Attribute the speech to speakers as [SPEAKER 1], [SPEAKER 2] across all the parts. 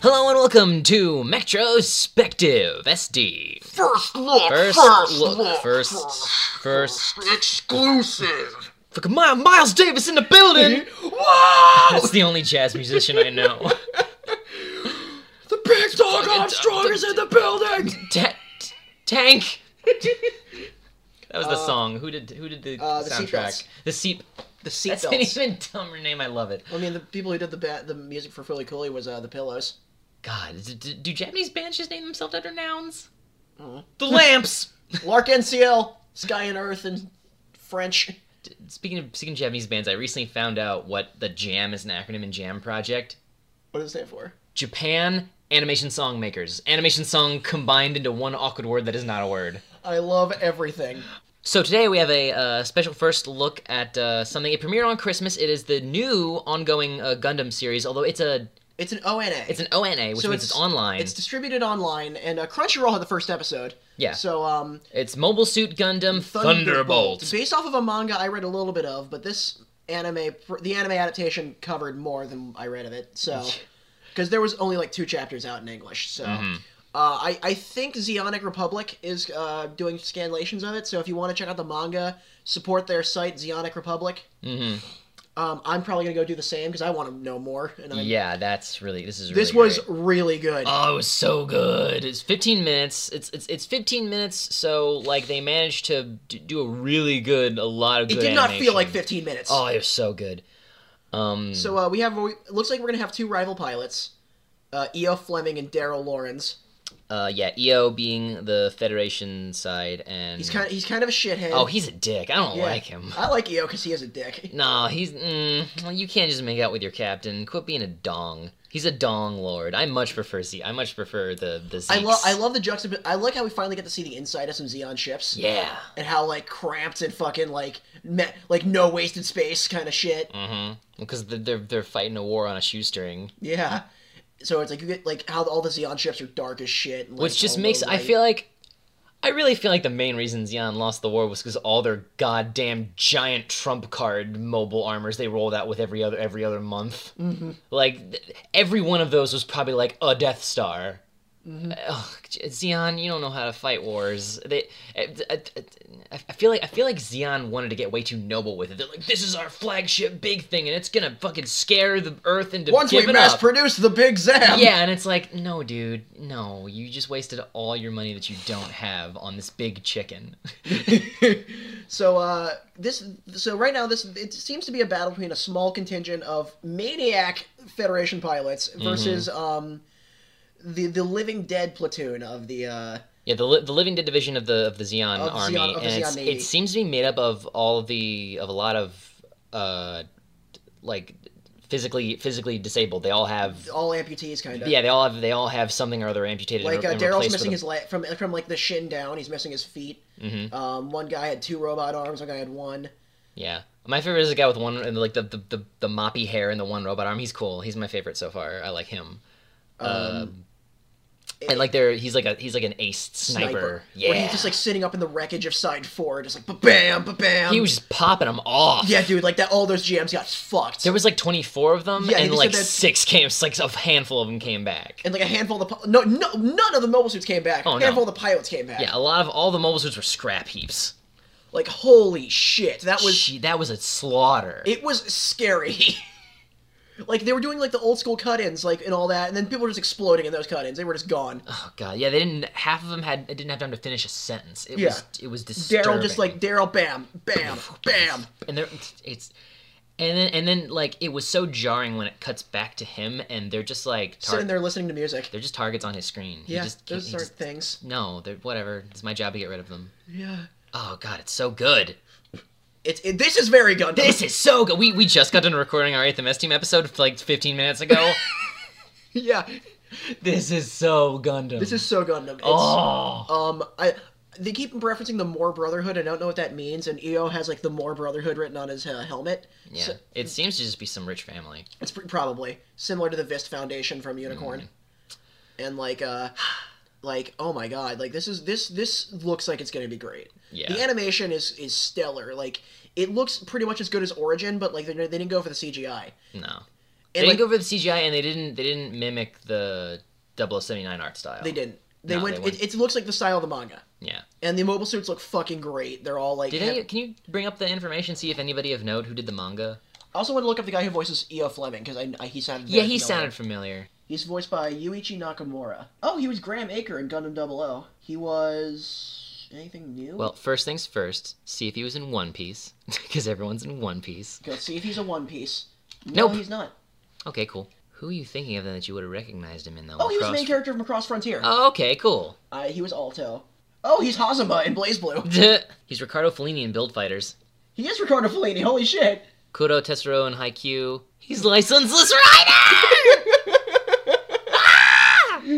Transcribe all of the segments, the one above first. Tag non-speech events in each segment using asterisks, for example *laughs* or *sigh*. [SPEAKER 1] Hello and welcome to Metrospective SD.
[SPEAKER 2] First look.
[SPEAKER 1] First look, first- first-
[SPEAKER 2] exclusive.
[SPEAKER 1] Fucking Mi- Miles Davis in the
[SPEAKER 3] *laughs*
[SPEAKER 1] building!
[SPEAKER 2] Whoa!
[SPEAKER 1] That's the only jazz musician I know.
[SPEAKER 2] The big dog Armstrong is in the building.
[SPEAKER 1] Ta- t- tank. That was the song. Who did who did the
[SPEAKER 3] uh, the
[SPEAKER 1] soundtrack?
[SPEAKER 3] Seatbelts.
[SPEAKER 1] The seat.
[SPEAKER 3] The
[SPEAKER 1] That's an
[SPEAKER 3] seatbelts.
[SPEAKER 1] even dumber name. I love it.
[SPEAKER 3] I mean, the people who did the ba- the music for Philly Cooley was uh, the Pillows.
[SPEAKER 1] God, d- d- do Japanese bands just name themselves after nouns?
[SPEAKER 3] Mhm.
[SPEAKER 1] The
[SPEAKER 3] *laughs*
[SPEAKER 1] lamps.
[SPEAKER 3] Lark NCL, Sky and Earth, and French.
[SPEAKER 1] D- speaking of speaking of Japanese bands, I recently found out what the JAM is an acronym in Jam Project.
[SPEAKER 3] What does it stand for?
[SPEAKER 1] Japan Animation Song Makers. Animation song combined into one awkward word that is not a word.
[SPEAKER 3] I love everything.
[SPEAKER 1] So today we have a uh, special first look at uh, something. It premiered on Christmas. It is the new ongoing uh, Gundam series, although it's a
[SPEAKER 3] It's an ONA.
[SPEAKER 1] it's an ONA, which
[SPEAKER 3] So
[SPEAKER 1] means it's,
[SPEAKER 3] it's-
[SPEAKER 1] online.
[SPEAKER 3] It's
[SPEAKER 1] It's,
[SPEAKER 3] distributed online, and uh, Crunchyroll had the first episode.
[SPEAKER 1] Yeah.
[SPEAKER 3] So um,
[SPEAKER 1] Mobile Suit Gundam Thunderbolt.
[SPEAKER 3] based off of a manga I read a little bit of, but this anime, pr- the anime adaptation covered more than I read of it.
[SPEAKER 1] *laughs*
[SPEAKER 3] So, because there was only like two chapters out in English. So,
[SPEAKER 1] Mm-hmm.
[SPEAKER 3] uh, I I think Zionic Republic is uh, doing scanlations of it. So if you want to check out the manga, support their site Zionic Republic.
[SPEAKER 1] hmm
[SPEAKER 3] Um, I'm probably gonna go do the same because I want to know more. And I'm,
[SPEAKER 1] Yeah, that's really this is really
[SPEAKER 3] this was
[SPEAKER 1] great.
[SPEAKER 3] really good.
[SPEAKER 1] Oh, it was so good. It's 15 minutes. It's it's it's 15 minutes. So like they managed to d- do a really good, a lot of
[SPEAKER 3] it
[SPEAKER 1] good.
[SPEAKER 3] did not
[SPEAKER 1] animation.
[SPEAKER 3] feel like 15 minutes.
[SPEAKER 1] Oh, it was so good. Um,
[SPEAKER 3] So uh, we have. It looks like we're gonna have two rival pilots, uh, E.O. Fleming and Daryl Lawrence.
[SPEAKER 1] uh, yeah, EO being the Federation side, and
[SPEAKER 3] He's kind. Of, he's kind of a shithead.
[SPEAKER 1] Hmm. oh, he's a dick. I don't
[SPEAKER 3] Yeah.
[SPEAKER 1] like him.
[SPEAKER 3] I like EO because he is
[SPEAKER 1] *laughs*
[SPEAKER 3] a dick.
[SPEAKER 1] No, he's mm, you can't just make out with your captain. Quit being a dong. He's a dong lord. I much prefer Z. I much prefer the the
[SPEAKER 3] I
[SPEAKER 1] Zeeks.
[SPEAKER 3] love. I love the juxtaposition. I like how we finally get to see the inside of some Xeon ships.
[SPEAKER 1] Yeah.
[SPEAKER 3] And how like cramped and fucking like me- like no wasted space kind of shit.
[SPEAKER 1] Mm-hmm. Because they're, they're they're fighting a war on a shoestring.
[SPEAKER 3] Yeah. So it's like you get like how all the Xeon ships are dark as shit. And, like,
[SPEAKER 1] which just
[SPEAKER 3] all
[SPEAKER 1] makes
[SPEAKER 3] low
[SPEAKER 1] I
[SPEAKER 3] light.
[SPEAKER 1] feel like I really feel like the main reason Xeon lost the war was because all their goddamn giant trump card mobile armors they rolled out with every other every other month.
[SPEAKER 3] Mm-hmm.
[SPEAKER 1] Like th- every one of those was probably like a Death Star.
[SPEAKER 3] Mm-hmm.
[SPEAKER 1] Ugh, Xeon, you don't know how to fight wars. They, eh, I, I, I- I feel like I feel like Xeon wanted to get way too noble with it. They're like, this is our flagship big thing, and it's gonna fucking scare the Earth into
[SPEAKER 3] once we
[SPEAKER 1] giving
[SPEAKER 3] mass
[SPEAKER 1] up."
[SPEAKER 3] produce the big Zam.
[SPEAKER 1] Yeah, and it's like, no, dude, no, you just wasted all your money that you don't have on this big chicken. *laughs*
[SPEAKER 3] So uh this so right now this it seems to be a battle between a small contingent of maniac Federation pilots
[SPEAKER 1] Mm-hmm.
[SPEAKER 3] versus um the the living dead platoon of the uh
[SPEAKER 1] yeah, the, li- the living dead division of the of the Xeon
[SPEAKER 3] Of the
[SPEAKER 1] army,
[SPEAKER 3] Xeon- of the
[SPEAKER 1] and it's,
[SPEAKER 3] Xeon Navy.
[SPEAKER 1] it seems to be made up of all of the of a lot of uh, like physically physically disabled. They all have.
[SPEAKER 3] all amputees kind of
[SPEAKER 1] Yeah, they all have. They all have something or other amputated.
[SPEAKER 3] like
[SPEAKER 1] and,
[SPEAKER 3] uh,
[SPEAKER 1] and
[SPEAKER 3] Daryl's
[SPEAKER 1] replaced
[SPEAKER 3] missing
[SPEAKER 1] with
[SPEAKER 3] his leg from from like the shin down he's missing his feet
[SPEAKER 1] a, Mhm.
[SPEAKER 3] um one guy had two robot arms one guy had one
[SPEAKER 1] Yeah. My favorite is the guy with one, and like the, the, the, the moppy hair and the one robot arm. He's cool. He's my favorite so far. I like him. Um, and like there, he's like a he's like an ace sniper. Yeah.
[SPEAKER 3] where he's just like sitting up in the wreckage of side four just like ba bam ba bam
[SPEAKER 1] he was just popping them off.
[SPEAKER 3] yeah dude like that all those GMs got fucked
[SPEAKER 1] There was like 24 of them,
[SPEAKER 3] Yeah, he
[SPEAKER 1] and
[SPEAKER 3] said
[SPEAKER 1] like
[SPEAKER 3] that-
[SPEAKER 1] six came, like a handful of them came back.
[SPEAKER 3] and like a handful of the pi- no no none of the mobile suits came back.
[SPEAKER 1] Oh,
[SPEAKER 3] a
[SPEAKER 1] no.
[SPEAKER 3] handful of the pilots came back.
[SPEAKER 1] Yeah, a lot of all the mobile suits were scrap heaps.
[SPEAKER 3] Like holy shit, that was
[SPEAKER 1] She, that was a slaughter.
[SPEAKER 3] it was scary. *laughs* like they were doing like the old school cut-ins like and all that and then people were just exploding in those cut-ins. They were just gone.
[SPEAKER 1] oh god, yeah, they didn't. Half of them had didn't have time to finish a sentence. It
[SPEAKER 3] Yeah.
[SPEAKER 1] was it was disturbing.
[SPEAKER 3] Daryl just like Daryl bam bam bam.
[SPEAKER 1] and there it's and then and then like it was so jarring when it cuts back to him and they're just like tar-
[SPEAKER 3] Sitting
[SPEAKER 1] they're
[SPEAKER 3] there listening to music.
[SPEAKER 1] just targets on his screen He
[SPEAKER 3] Yeah,
[SPEAKER 1] just can't-
[SPEAKER 3] those
[SPEAKER 1] he
[SPEAKER 3] are
[SPEAKER 1] just-
[SPEAKER 3] things.
[SPEAKER 1] no they're whatever it's my job to get rid of them
[SPEAKER 3] Yeah.
[SPEAKER 1] oh god it's so good
[SPEAKER 3] It's it, this is very Gundam.
[SPEAKER 1] this is so good we we just got done recording our 8th ms team episode like 15 minutes ago
[SPEAKER 3] *laughs* yeah.
[SPEAKER 1] *laughs* this is so gundam
[SPEAKER 3] This is so Gundam. It's,
[SPEAKER 1] oh
[SPEAKER 3] Um, I they keep referencing the Moore Brotherhood. I don't know what that means. And EO has like the Moore Brotherhood written on his uh, helmet.
[SPEAKER 1] yeah
[SPEAKER 3] So-
[SPEAKER 1] it seems to just be some rich family
[SPEAKER 3] it's pr- probably similar to the Vist Foundation from
[SPEAKER 1] Mm.
[SPEAKER 3] Unicorn. And like, uh, like oh my god, like this is this this looks like it's gonna be great.
[SPEAKER 1] Yeah.
[SPEAKER 3] The animation is is
[SPEAKER 1] Oh.
[SPEAKER 3] stellar. Like it looks pretty much as good as Origin, but like they, they didn't go for the CGI.
[SPEAKER 1] no They
[SPEAKER 3] And,
[SPEAKER 1] didn't
[SPEAKER 3] like,
[SPEAKER 1] go for the CGI, and they didn't they didn't mimic the 0079 art style.
[SPEAKER 3] they didn't. They
[SPEAKER 1] No,
[SPEAKER 3] went.
[SPEAKER 1] they went-
[SPEAKER 3] It, it looks like the style of the manga,
[SPEAKER 1] Yeah.
[SPEAKER 3] and the mobile suits look fucking great. They're all like.
[SPEAKER 1] Did
[SPEAKER 3] hev-
[SPEAKER 1] any, can you bring up the information? See if anybody of note who did the manga.
[SPEAKER 3] I also want to look up the guy who voices E.O. Fleming because I, I he sounded.
[SPEAKER 1] Yeah,
[SPEAKER 3] very
[SPEAKER 1] he
[SPEAKER 3] familiar.
[SPEAKER 1] sounded familiar.
[SPEAKER 3] He's voiced by Yuichi Nakamura. Oh, he was Graham Aker in Gundam 00. He was anything new?
[SPEAKER 1] Well, first things first, see if he was in One Piece, *laughs* because everyone's in One Piece.
[SPEAKER 3] go see if he's a One Piece. No,
[SPEAKER 1] Nope.
[SPEAKER 3] he's not.
[SPEAKER 1] Okay, cool. Who are you thinking of then that you would have recognized him in though?
[SPEAKER 3] Oh, he was the
[SPEAKER 1] Across-
[SPEAKER 3] main character from Across Frontier.
[SPEAKER 1] Oh, okay, cool. *laughs*
[SPEAKER 3] Uh, he was Alto. Oh, he's Hazuma in Blaze Blue. *laughs*
[SPEAKER 1] He's Ricardo Fellini in Build Fighters.
[SPEAKER 3] He is Ricardo Fellini. Holy shit!
[SPEAKER 1] Kuro Tetsuro in Haikyuu. He's licenseless rider.
[SPEAKER 3] *laughs*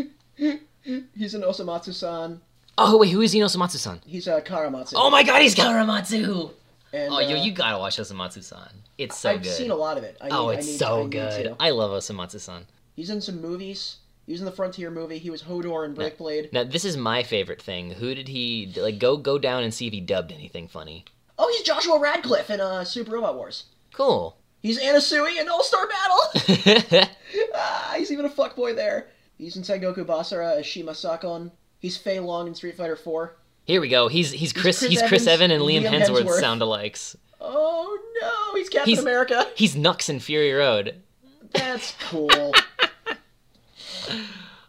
[SPEAKER 3] He's an Osamatsu-san.
[SPEAKER 1] oh wait, who is Inosamatsu-san?
[SPEAKER 3] He's a Karamatsu.
[SPEAKER 1] Oh my God, he's Karamatsu.
[SPEAKER 3] and,
[SPEAKER 1] Oh, yo,
[SPEAKER 3] uh,
[SPEAKER 1] you gotta watch Osamatsu-san. It's so
[SPEAKER 3] I've
[SPEAKER 1] good.
[SPEAKER 3] seen a lot of it. I
[SPEAKER 1] oh,
[SPEAKER 3] need,
[SPEAKER 1] it's
[SPEAKER 3] I need, I
[SPEAKER 1] so
[SPEAKER 3] need
[SPEAKER 1] good.
[SPEAKER 3] to.
[SPEAKER 1] I love Osamatsu-san.
[SPEAKER 3] He's in some movies. He was in the Frontier movie. He was Hodor in Breakblade.
[SPEAKER 1] Now this is my favorite thing. Who did he like? Go go down and see if he dubbed anything funny.
[SPEAKER 3] Oh, he's Joshua Radcliffe in uh, Super Robot Wars.
[SPEAKER 1] Cool. *laughs*
[SPEAKER 3] He's Anasui in All Star Battle. *laughs*
[SPEAKER 1] Wait,
[SPEAKER 3] ah, he's even a fuckboy there. He's in Sengoku Basara as Shima Sakon. He's Fei Long in Street Fighter 4.
[SPEAKER 1] here we go. He's he's Chris
[SPEAKER 3] Chris
[SPEAKER 1] he's Chris Evan and
[SPEAKER 3] Evans,
[SPEAKER 1] Liam,
[SPEAKER 3] Liam
[SPEAKER 1] Hemsworth,
[SPEAKER 3] Hemsworth.
[SPEAKER 1] sound alikes.
[SPEAKER 3] Oh no, he's Captain
[SPEAKER 1] He's- *laughs*
[SPEAKER 3] America.
[SPEAKER 1] He's Nux in Fury Road.
[SPEAKER 3] That's cool.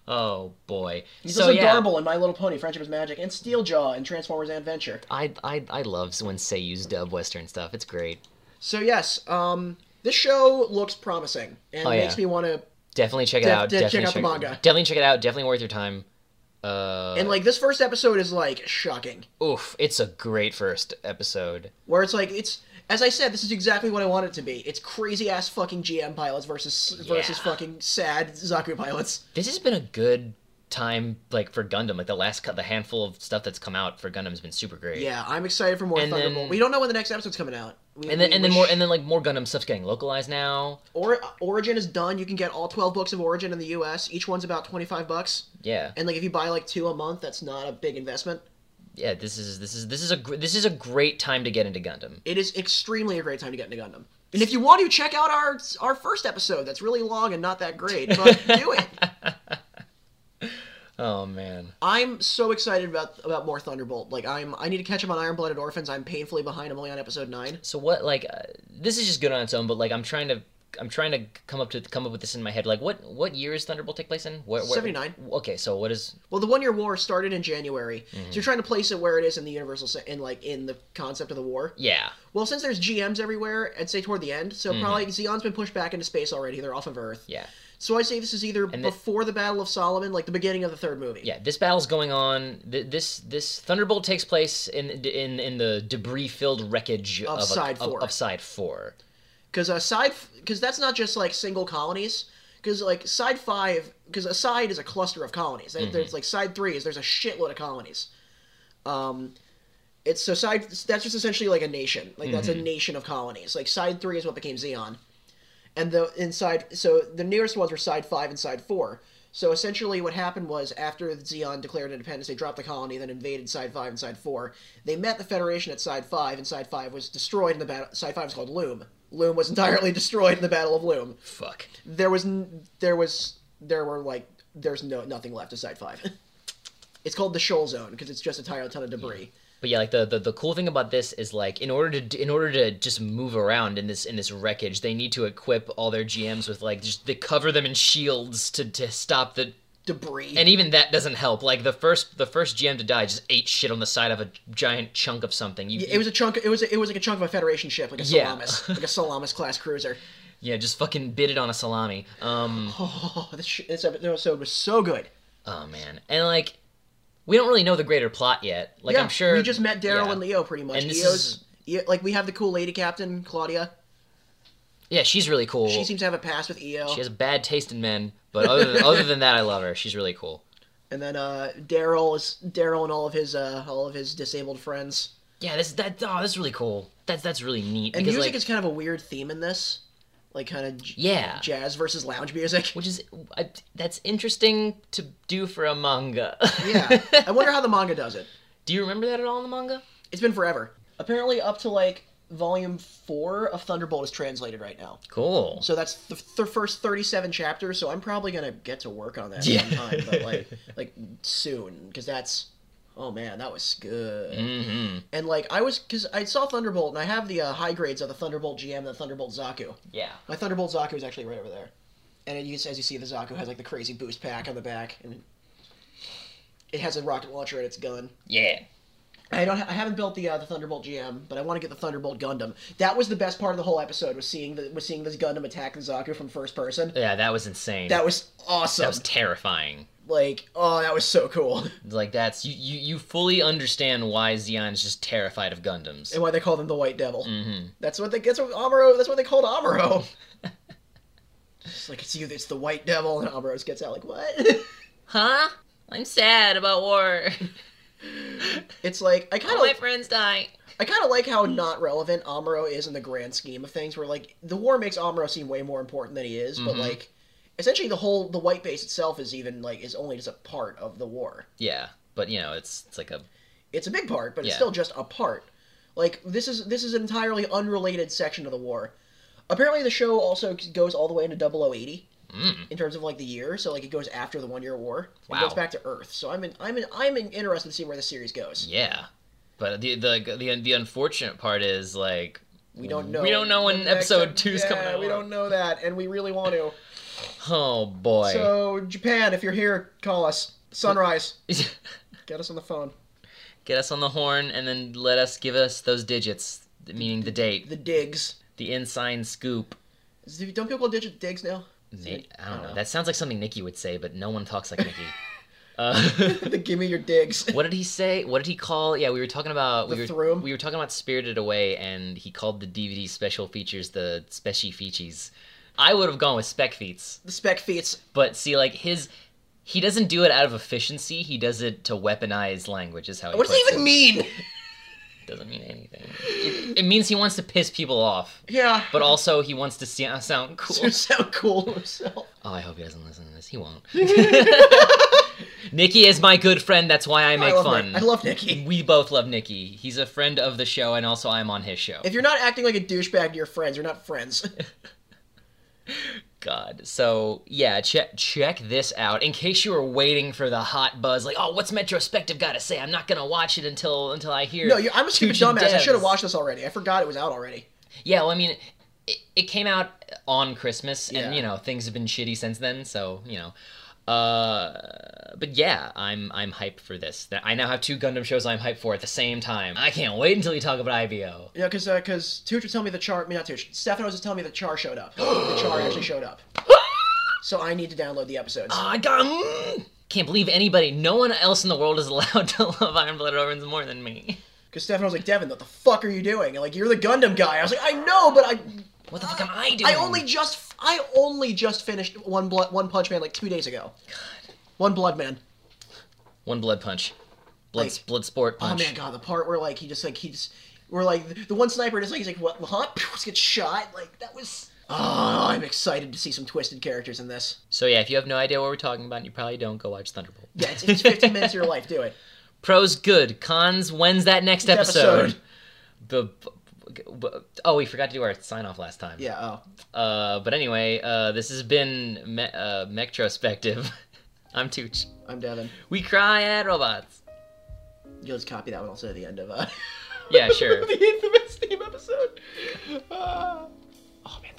[SPEAKER 1] Oh boy.
[SPEAKER 3] He's
[SPEAKER 1] so
[SPEAKER 3] also
[SPEAKER 1] yeah,
[SPEAKER 3] Darble in My Little Pony, Friendship is Magic, and Steeljaw in Transformers Adventure.
[SPEAKER 1] I I I love when Seiyu's dub Western stuff. It's great.
[SPEAKER 3] So yes, um, this show looks promising and
[SPEAKER 1] Oh, yeah.
[SPEAKER 3] makes me want to.
[SPEAKER 1] Definitely check it
[SPEAKER 3] Def-
[SPEAKER 1] out.
[SPEAKER 3] def- check
[SPEAKER 1] definitely
[SPEAKER 3] out the manga.
[SPEAKER 1] Definitely check it out. Definitely worth your time. Uh,
[SPEAKER 3] And like this first episode is like shocking,
[SPEAKER 1] oof, it's a great first episode.
[SPEAKER 3] where it's like it's as I said, this is exactly what I want it to be. It's crazy ass fucking GM pilots versus versus
[SPEAKER 1] Yeah.
[SPEAKER 3] fucking sad Zaku pilots.
[SPEAKER 1] This has been a good time, like for Gundam. Like the last, cut, the handful of stuff that's come out for Gundam has been super great.
[SPEAKER 3] Yeah, I'm excited for more
[SPEAKER 1] And
[SPEAKER 3] Thunderbolt.
[SPEAKER 1] then-
[SPEAKER 3] we don't know when the next episode's coming out. We,
[SPEAKER 1] And then
[SPEAKER 3] we
[SPEAKER 1] and then
[SPEAKER 3] wish-
[SPEAKER 1] more and then like more Gundam stuff's getting localized now.
[SPEAKER 3] or Origin is done. You can get all 12 books of Origin in the U.S. Each one's about 25 bucks,
[SPEAKER 1] Yeah,
[SPEAKER 3] and like if you buy like two a month, that's not a big investment.
[SPEAKER 1] yeah. This is this is this is a gr- this is a great time to get into Gundam.
[SPEAKER 3] It is extremely a great time to get into Gundam. And if you want to, check out our our first episode. That's really long and not that great, but do it.
[SPEAKER 1] Oh man.
[SPEAKER 3] I'm so excited about about more Thunderbolt. Like I'm, I need to catch up on Iron Blooded Orphans. I'm painfully behind. I'm only on episode nine.
[SPEAKER 1] So what like uh, this is just good on its own, but like I'm trying to I'm trying to come up to come up with this in my head. Like what what year is Thunderbolt take place in? What, what,
[SPEAKER 3] 79.
[SPEAKER 1] Okay, so what is
[SPEAKER 3] Well, the One Year War started in January, so you're trying to place it where it is in the universal se- in like in the concept of the war.
[SPEAKER 1] yeah.
[SPEAKER 3] Well, since there's GMs everywhere, I'd say toward the end. So
[SPEAKER 1] Mm-hmm.
[SPEAKER 3] probably Xeon's been pushed back into space already. They're off of Earth.
[SPEAKER 1] Yeah.
[SPEAKER 3] So I say this is either
[SPEAKER 1] the-
[SPEAKER 3] before the Battle of Solomon, like the beginning of the third movie.
[SPEAKER 1] Yeah, this battle's going on. Th- This this Thunderbolt takes place in in in the debris-filled wreckage of, a-
[SPEAKER 3] Side
[SPEAKER 1] of-
[SPEAKER 3] four.
[SPEAKER 1] Of, side 4.
[SPEAKER 3] Because uh, aside, because that's not just like single colonies. Because like side five, because a side is a cluster of colonies. There-
[SPEAKER 1] Mm-hmm.
[SPEAKER 3] There's like side three is there's a shitload of colonies. Um, it's so side that's just essentially like a nation. Like that's a
[SPEAKER 1] Mm-hmm.
[SPEAKER 3] nation of colonies. Like side three is what became Xeon, and the inside so the nearest ones were side five and side four. So essentially, what happened was after Xeon declared independence, they dropped the colony, then invaded side five and side four. They met the Federation at side five, and side five was destroyed in the battle. Side five was called Loom. Loom was *laughs* entirely destroyed in the Battle of Loom.
[SPEAKER 1] Fuck.
[SPEAKER 3] There was n- there was there were like there's no nothing left of side five. *laughs* it's called the Shoal Zone because it's just a tire ton of debris.
[SPEAKER 1] But yeah, like the, the the cool thing about this is like in order to d- in order to just move around in this in this wreckage, they need to equip all their GMs with like just they cover them in shields to to stop the
[SPEAKER 3] Debris.
[SPEAKER 1] and even that doesn't help. Like the first, the first GM to die just ate shit on the side of a giant chunk of something. You,
[SPEAKER 3] It was a chunk. It was a, it was like a chunk of a Federation ship, like a
[SPEAKER 1] Yeah.
[SPEAKER 3] Salamis, like a Salamis class cruiser.
[SPEAKER 1] yeah, just fucking bit it on a salami. Um,
[SPEAKER 3] Oh, this, sh- this episode was so good.
[SPEAKER 1] oh man, and like we don't really know the greater plot yet. Like
[SPEAKER 3] yeah,
[SPEAKER 1] I'm sure
[SPEAKER 3] we just met Daryl
[SPEAKER 1] yeah.
[SPEAKER 3] and Leo pretty much.
[SPEAKER 1] And this
[SPEAKER 3] Leo's
[SPEAKER 1] is-
[SPEAKER 3] E- like we have the cool lady captain Claudia.
[SPEAKER 1] Yeah, she's really cool.
[SPEAKER 3] She
[SPEAKER 1] She,
[SPEAKER 3] seems to have a pass with E EO.
[SPEAKER 1] has a bad taste in men, but other
[SPEAKER 3] *laughs*
[SPEAKER 1] than, other than that, I love her. She's really cool.
[SPEAKER 3] And then uh, Daryl is Daryl and all of his uh, all of his disabled friends.
[SPEAKER 1] Yeah, this that oh, that's really cool. That's that's really neat.
[SPEAKER 3] And
[SPEAKER 1] because,
[SPEAKER 3] music
[SPEAKER 1] like,
[SPEAKER 3] is kind of a weird theme in this, like kind of j-
[SPEAKER 1] yeah,
[SPEAKER 3] jazz versus lounge music.
[SPEAKER 1] which is I, that's interesting to do for a manga.
[SPEAKER 3] *laughs*
[SPEAKER 1] *laughs*
[SPEAKER 3] yeah, I wonder how the manga does it.
[SPEAKER 1] do you remember that at all in the manga?
[SPEAKER 3] It's been forever. Apparently, up to like volume four of Thunderbolt is translated right now.
[SPEAKER 1] Cool.
[SPEAKER 3] So that's the, the first 37 chapters. So I'm probably gonna get to work on that
[SPEAKER 1] Yeah.
[SPEAKER 3] sometime,
[SPEAKER 1] *laughs*
[SPEAKER 3] but like like soon, because that's oh man, that was good.
[SPEAKER 1] Mm-hmm.
[SPEAKER 3] And like I was, because I saw Thunderbolt, and I have the uh, high grades of the Thunderbolt GM and the Thunderbolt Zaku.
[SPEAKER 1] Yeah.
[SPEAKER 3] My Thunderbolt Zaku is actually right over there, and it, you can- as you see, the Zaku has like the crazy boost pack on the back, and it has a rocket launcher in its gun.
[SPEAKER 1] Yeah.
[SPEAKER 3] I don't. I haven't built the uh, the Thunderbolt GM, but I want to get the Thunderbolt Gundam. That was the best part of the whole episode was seeing the was seeing this Gundam attack the Zaku from first person.
[SPEAKER 1] Yeah, that was insane.
[SPEAKER 3] That was
[SPEAKER 1] That
[SPEAKER 3] awesome.
[SPEAKER 1] was terrifying.
[SPEAKER 3] Like, oh, that was
[SPEAKER 1] *laughs*
[SPEAKER 3] so cool.
[SPEAKER 1] Like that's you, you you fully understand why Xeon is just terrified of Gundams.
[SPEAKER 3] And why they call them the White Devil.
[SPEAKER 1] Mm-hmm.
[SPEAKER 3] That's what they. That's what Amuro. That's what they
[SPEAKER 1] *laughs*
[SPEAKER 3] called Amuro. it's like it's you. It's the White Devil, and Amuro just gets out like what? *laughs*
[SPEAKER 1] Huh? I'm sad about war. *laughs*
[SPEAKER 3] it's like I kind
[SPEAKER 1] All my
[SPEAKER 3] of
[SPEAKER 1] friends die.
[SPEAKER 3] I kind of like how not relevant Amuro is in the grand scheme of things. Where like the war makes Amuro seem way more important than he is, but
[SPEAKER 1] Mhm.
[SPEAKER 3] like essentially the whole the white base itself is even like is only just a part of the war.
[SPEAKER 1] Yeah, but you know it's it's like a
[SPEAKER 3] It's a big part, but it's
[SPEAKER 1] Yeah.
[SPEAKER 3] still just a part. Like this is this is an entirely unrelated section of the war. Apparently, the show also goes all the way into 0080
[SPEAKER 1] mm,
[SPEAKER 3] in terms of like the year. So like it goes after the one year war. It
[SPEAKER 1] Wow.
[SPEAKER 3] goes back to Earth. So I'm in, I'm in, I'm in, interested to see where the series goes.
[SPEAKER 1] yeah. But the the the the unfortunate part is like
[SPEAKER 3] We don't know.
[SPEAKER 1] Mm. We don't know when
[SPEAKER 3] the next-
[SPEAKER 1] episode two's
[SPEAKER 3] yeah,
[SPEAKER 1] coming out.
[SPEAKER 3] We don't know that, and we really want to.
[SPEAKER 1] oh boy.
[SPEAKER 3] So Japan, if you're here, call us. Sunrise,
[SPEAKER 1] *laughs*
[SPEAKER 3] get us on the phone.
[SPEAKER 1] Get us on the horn and then let us give us those digits, meaning the date,
[SPEAKER 3] The digs.
[SPEAKER 1] the inside scoop.
[SPEAKER 3] Is- Don't people digit digs now?
[SPEAKER 1] Ma-
[SPEAKER 3] it- Oh.
[SPEAKER 1] I don't know. That sounds like something Nikki would say, but no one talks like Nikki. *laughs* Uh,
[SPEAKER 3] *laughs*
[SPEAKER 1] *laughs*
[SPEAKER 3] the give me your digs.
[SPEAKER 1] what did he say? What did he call? Yeah, we were talking about
[SPEAKER 3] The
[SPEAKER 1] we were
[SPEAKER 3] Thrum?
[SPEAKER 1] we were talking about Spirited Away, and he called the DVD special features the speci features. I would have gone with spec feats,
[SPEAKER 3] The spec feats.
[SPEAKER 1] but see, like his, he doesn't do it out of efficiency. He does it to weaponize language. Is how he
[SPEAKER 3] What does
[SPEAKER 1] puts
[SPEAKER 3] it even
[SPEAKER 1] it.
[SPEAKER 3] mean?
[SPEAKER 1] Doesn't mean anything. It, it means he wants to piss people off,
[SPEAKER 3] Yeah.
[SPEAKER 1] but also he wants to see, uh, sound *laughs* cool.
[SPEAKER 3] *laughs* to sound cool to himself.
[SPEAKER 1] Oh, I hope he doesn't listen to this. He
[SPEAKER 3] *laughs*
[SPEAKER 1] won't. Nikki is my good friend. That's why I *laughs* make
[SPEAKER 3] I love
[SPEAKER 1] fun.
[SPEAKER 3] Nick- I love Nikki.
[SPEAKER 1] We both love Nikki. He's a friend of the show, and also I'm on his show.
[SPEAKER 3] If you're not acting like a douchebag to your friends, you're not friends. *laughs*
[SPEAKER 1] God. So yeah, check check this out. In case you were waiting for the hot buzz, like, oh, what's Metrospective got to say? I'm not gonna watch it until until I hear.
[SPEAKER 3] no, you're, I'm
[SPEAKER 1] *laughs*
[SPEAKER 3] a stupid
[SPEAKER 1] Tuchin
[SPEAKER 3] dumbass. I should
[SPEAKER 1] devs.
[SPEAKER 3] have watched this already. I forgot it was out already.
[SPEAKER 1] Yeah. Well, I mean, it, it came out on Christmas,
[SPEAKER 3] Yeah.
[SPEAKER 1] and you know things have been shitty since then. So you know. Uh, but yeah, I'm I'm hyped for this. I now have two Gundam shows I'm hyped for at the same time. I can't wait until you talk about IBO.
[SPEAKER 3] Yeah, because uh, cause Tooch was telling me the char. I mean, not Tooch. Stefano was just telling me the char showed up. the
[SPEAKER 1] *gasps*
[SPEAKER 3] char actually showed up. So I need to download the episodes.
[SPEAKER 1] *gasps* I got. mm, Can't believe anybody, no one else in the world is *laughs* allowed to love Iron Blooded Orphans more than me.
[SPEAKER 3] Because Stefano was like, Devin, what the fuck are you doing? And like, you're the Gundam guy. I was like, I know, but I,
[SPEAKER 1] What the fuck am I doing?
[SPEAKER 3] I only just, I only just finished one blood, one Punch Man like two days ago. One Blood Man.
[SPEAKER 1] one blood punch, blood
[SPEAKER 3] Like-
[SPEAKER 1] blood sport
[SPEAKER 3] Oh
[SPEAKER 1] punch.
[SPEAKER 3] man, God, the part where like he just like he just, where like the one sniper just like he's like what, huh? *laughs* Just gets shot. Like that was. Oh, I'm excited to see some twisted characters in this.
[SPEAKER 1] So yeah, if you have no idea what we're talking about, you probably don't go watch Thunderbolt.
[SPEAKER 3] Yeah, it's, it's 15 minutes of your life. Do it.
[SPEAKER 1] Pros good, cons. When's that next *laughs* episode?
[SPEAKER 3] episode.
[SPEAKER 1] B- b- b- oh, we forgot to do our sign off last time.
[SPEAKER 3] Yeah. Oh.
[SPEAKER 1] Uh, but anyway, uh, this has been me- uh, Metrospective. *laughs* I'm Tooch.
[SPEAKER 3] I'm Devin.
[SPEAKER 1] We cry at robots.
[SPEAKER 3] You'll just copy that one also at the end of uh, *laughs*
[SPEAKER 1] Yeah, sure.
[SPEAKER 3] the infamous theme episode. Uh, oh man,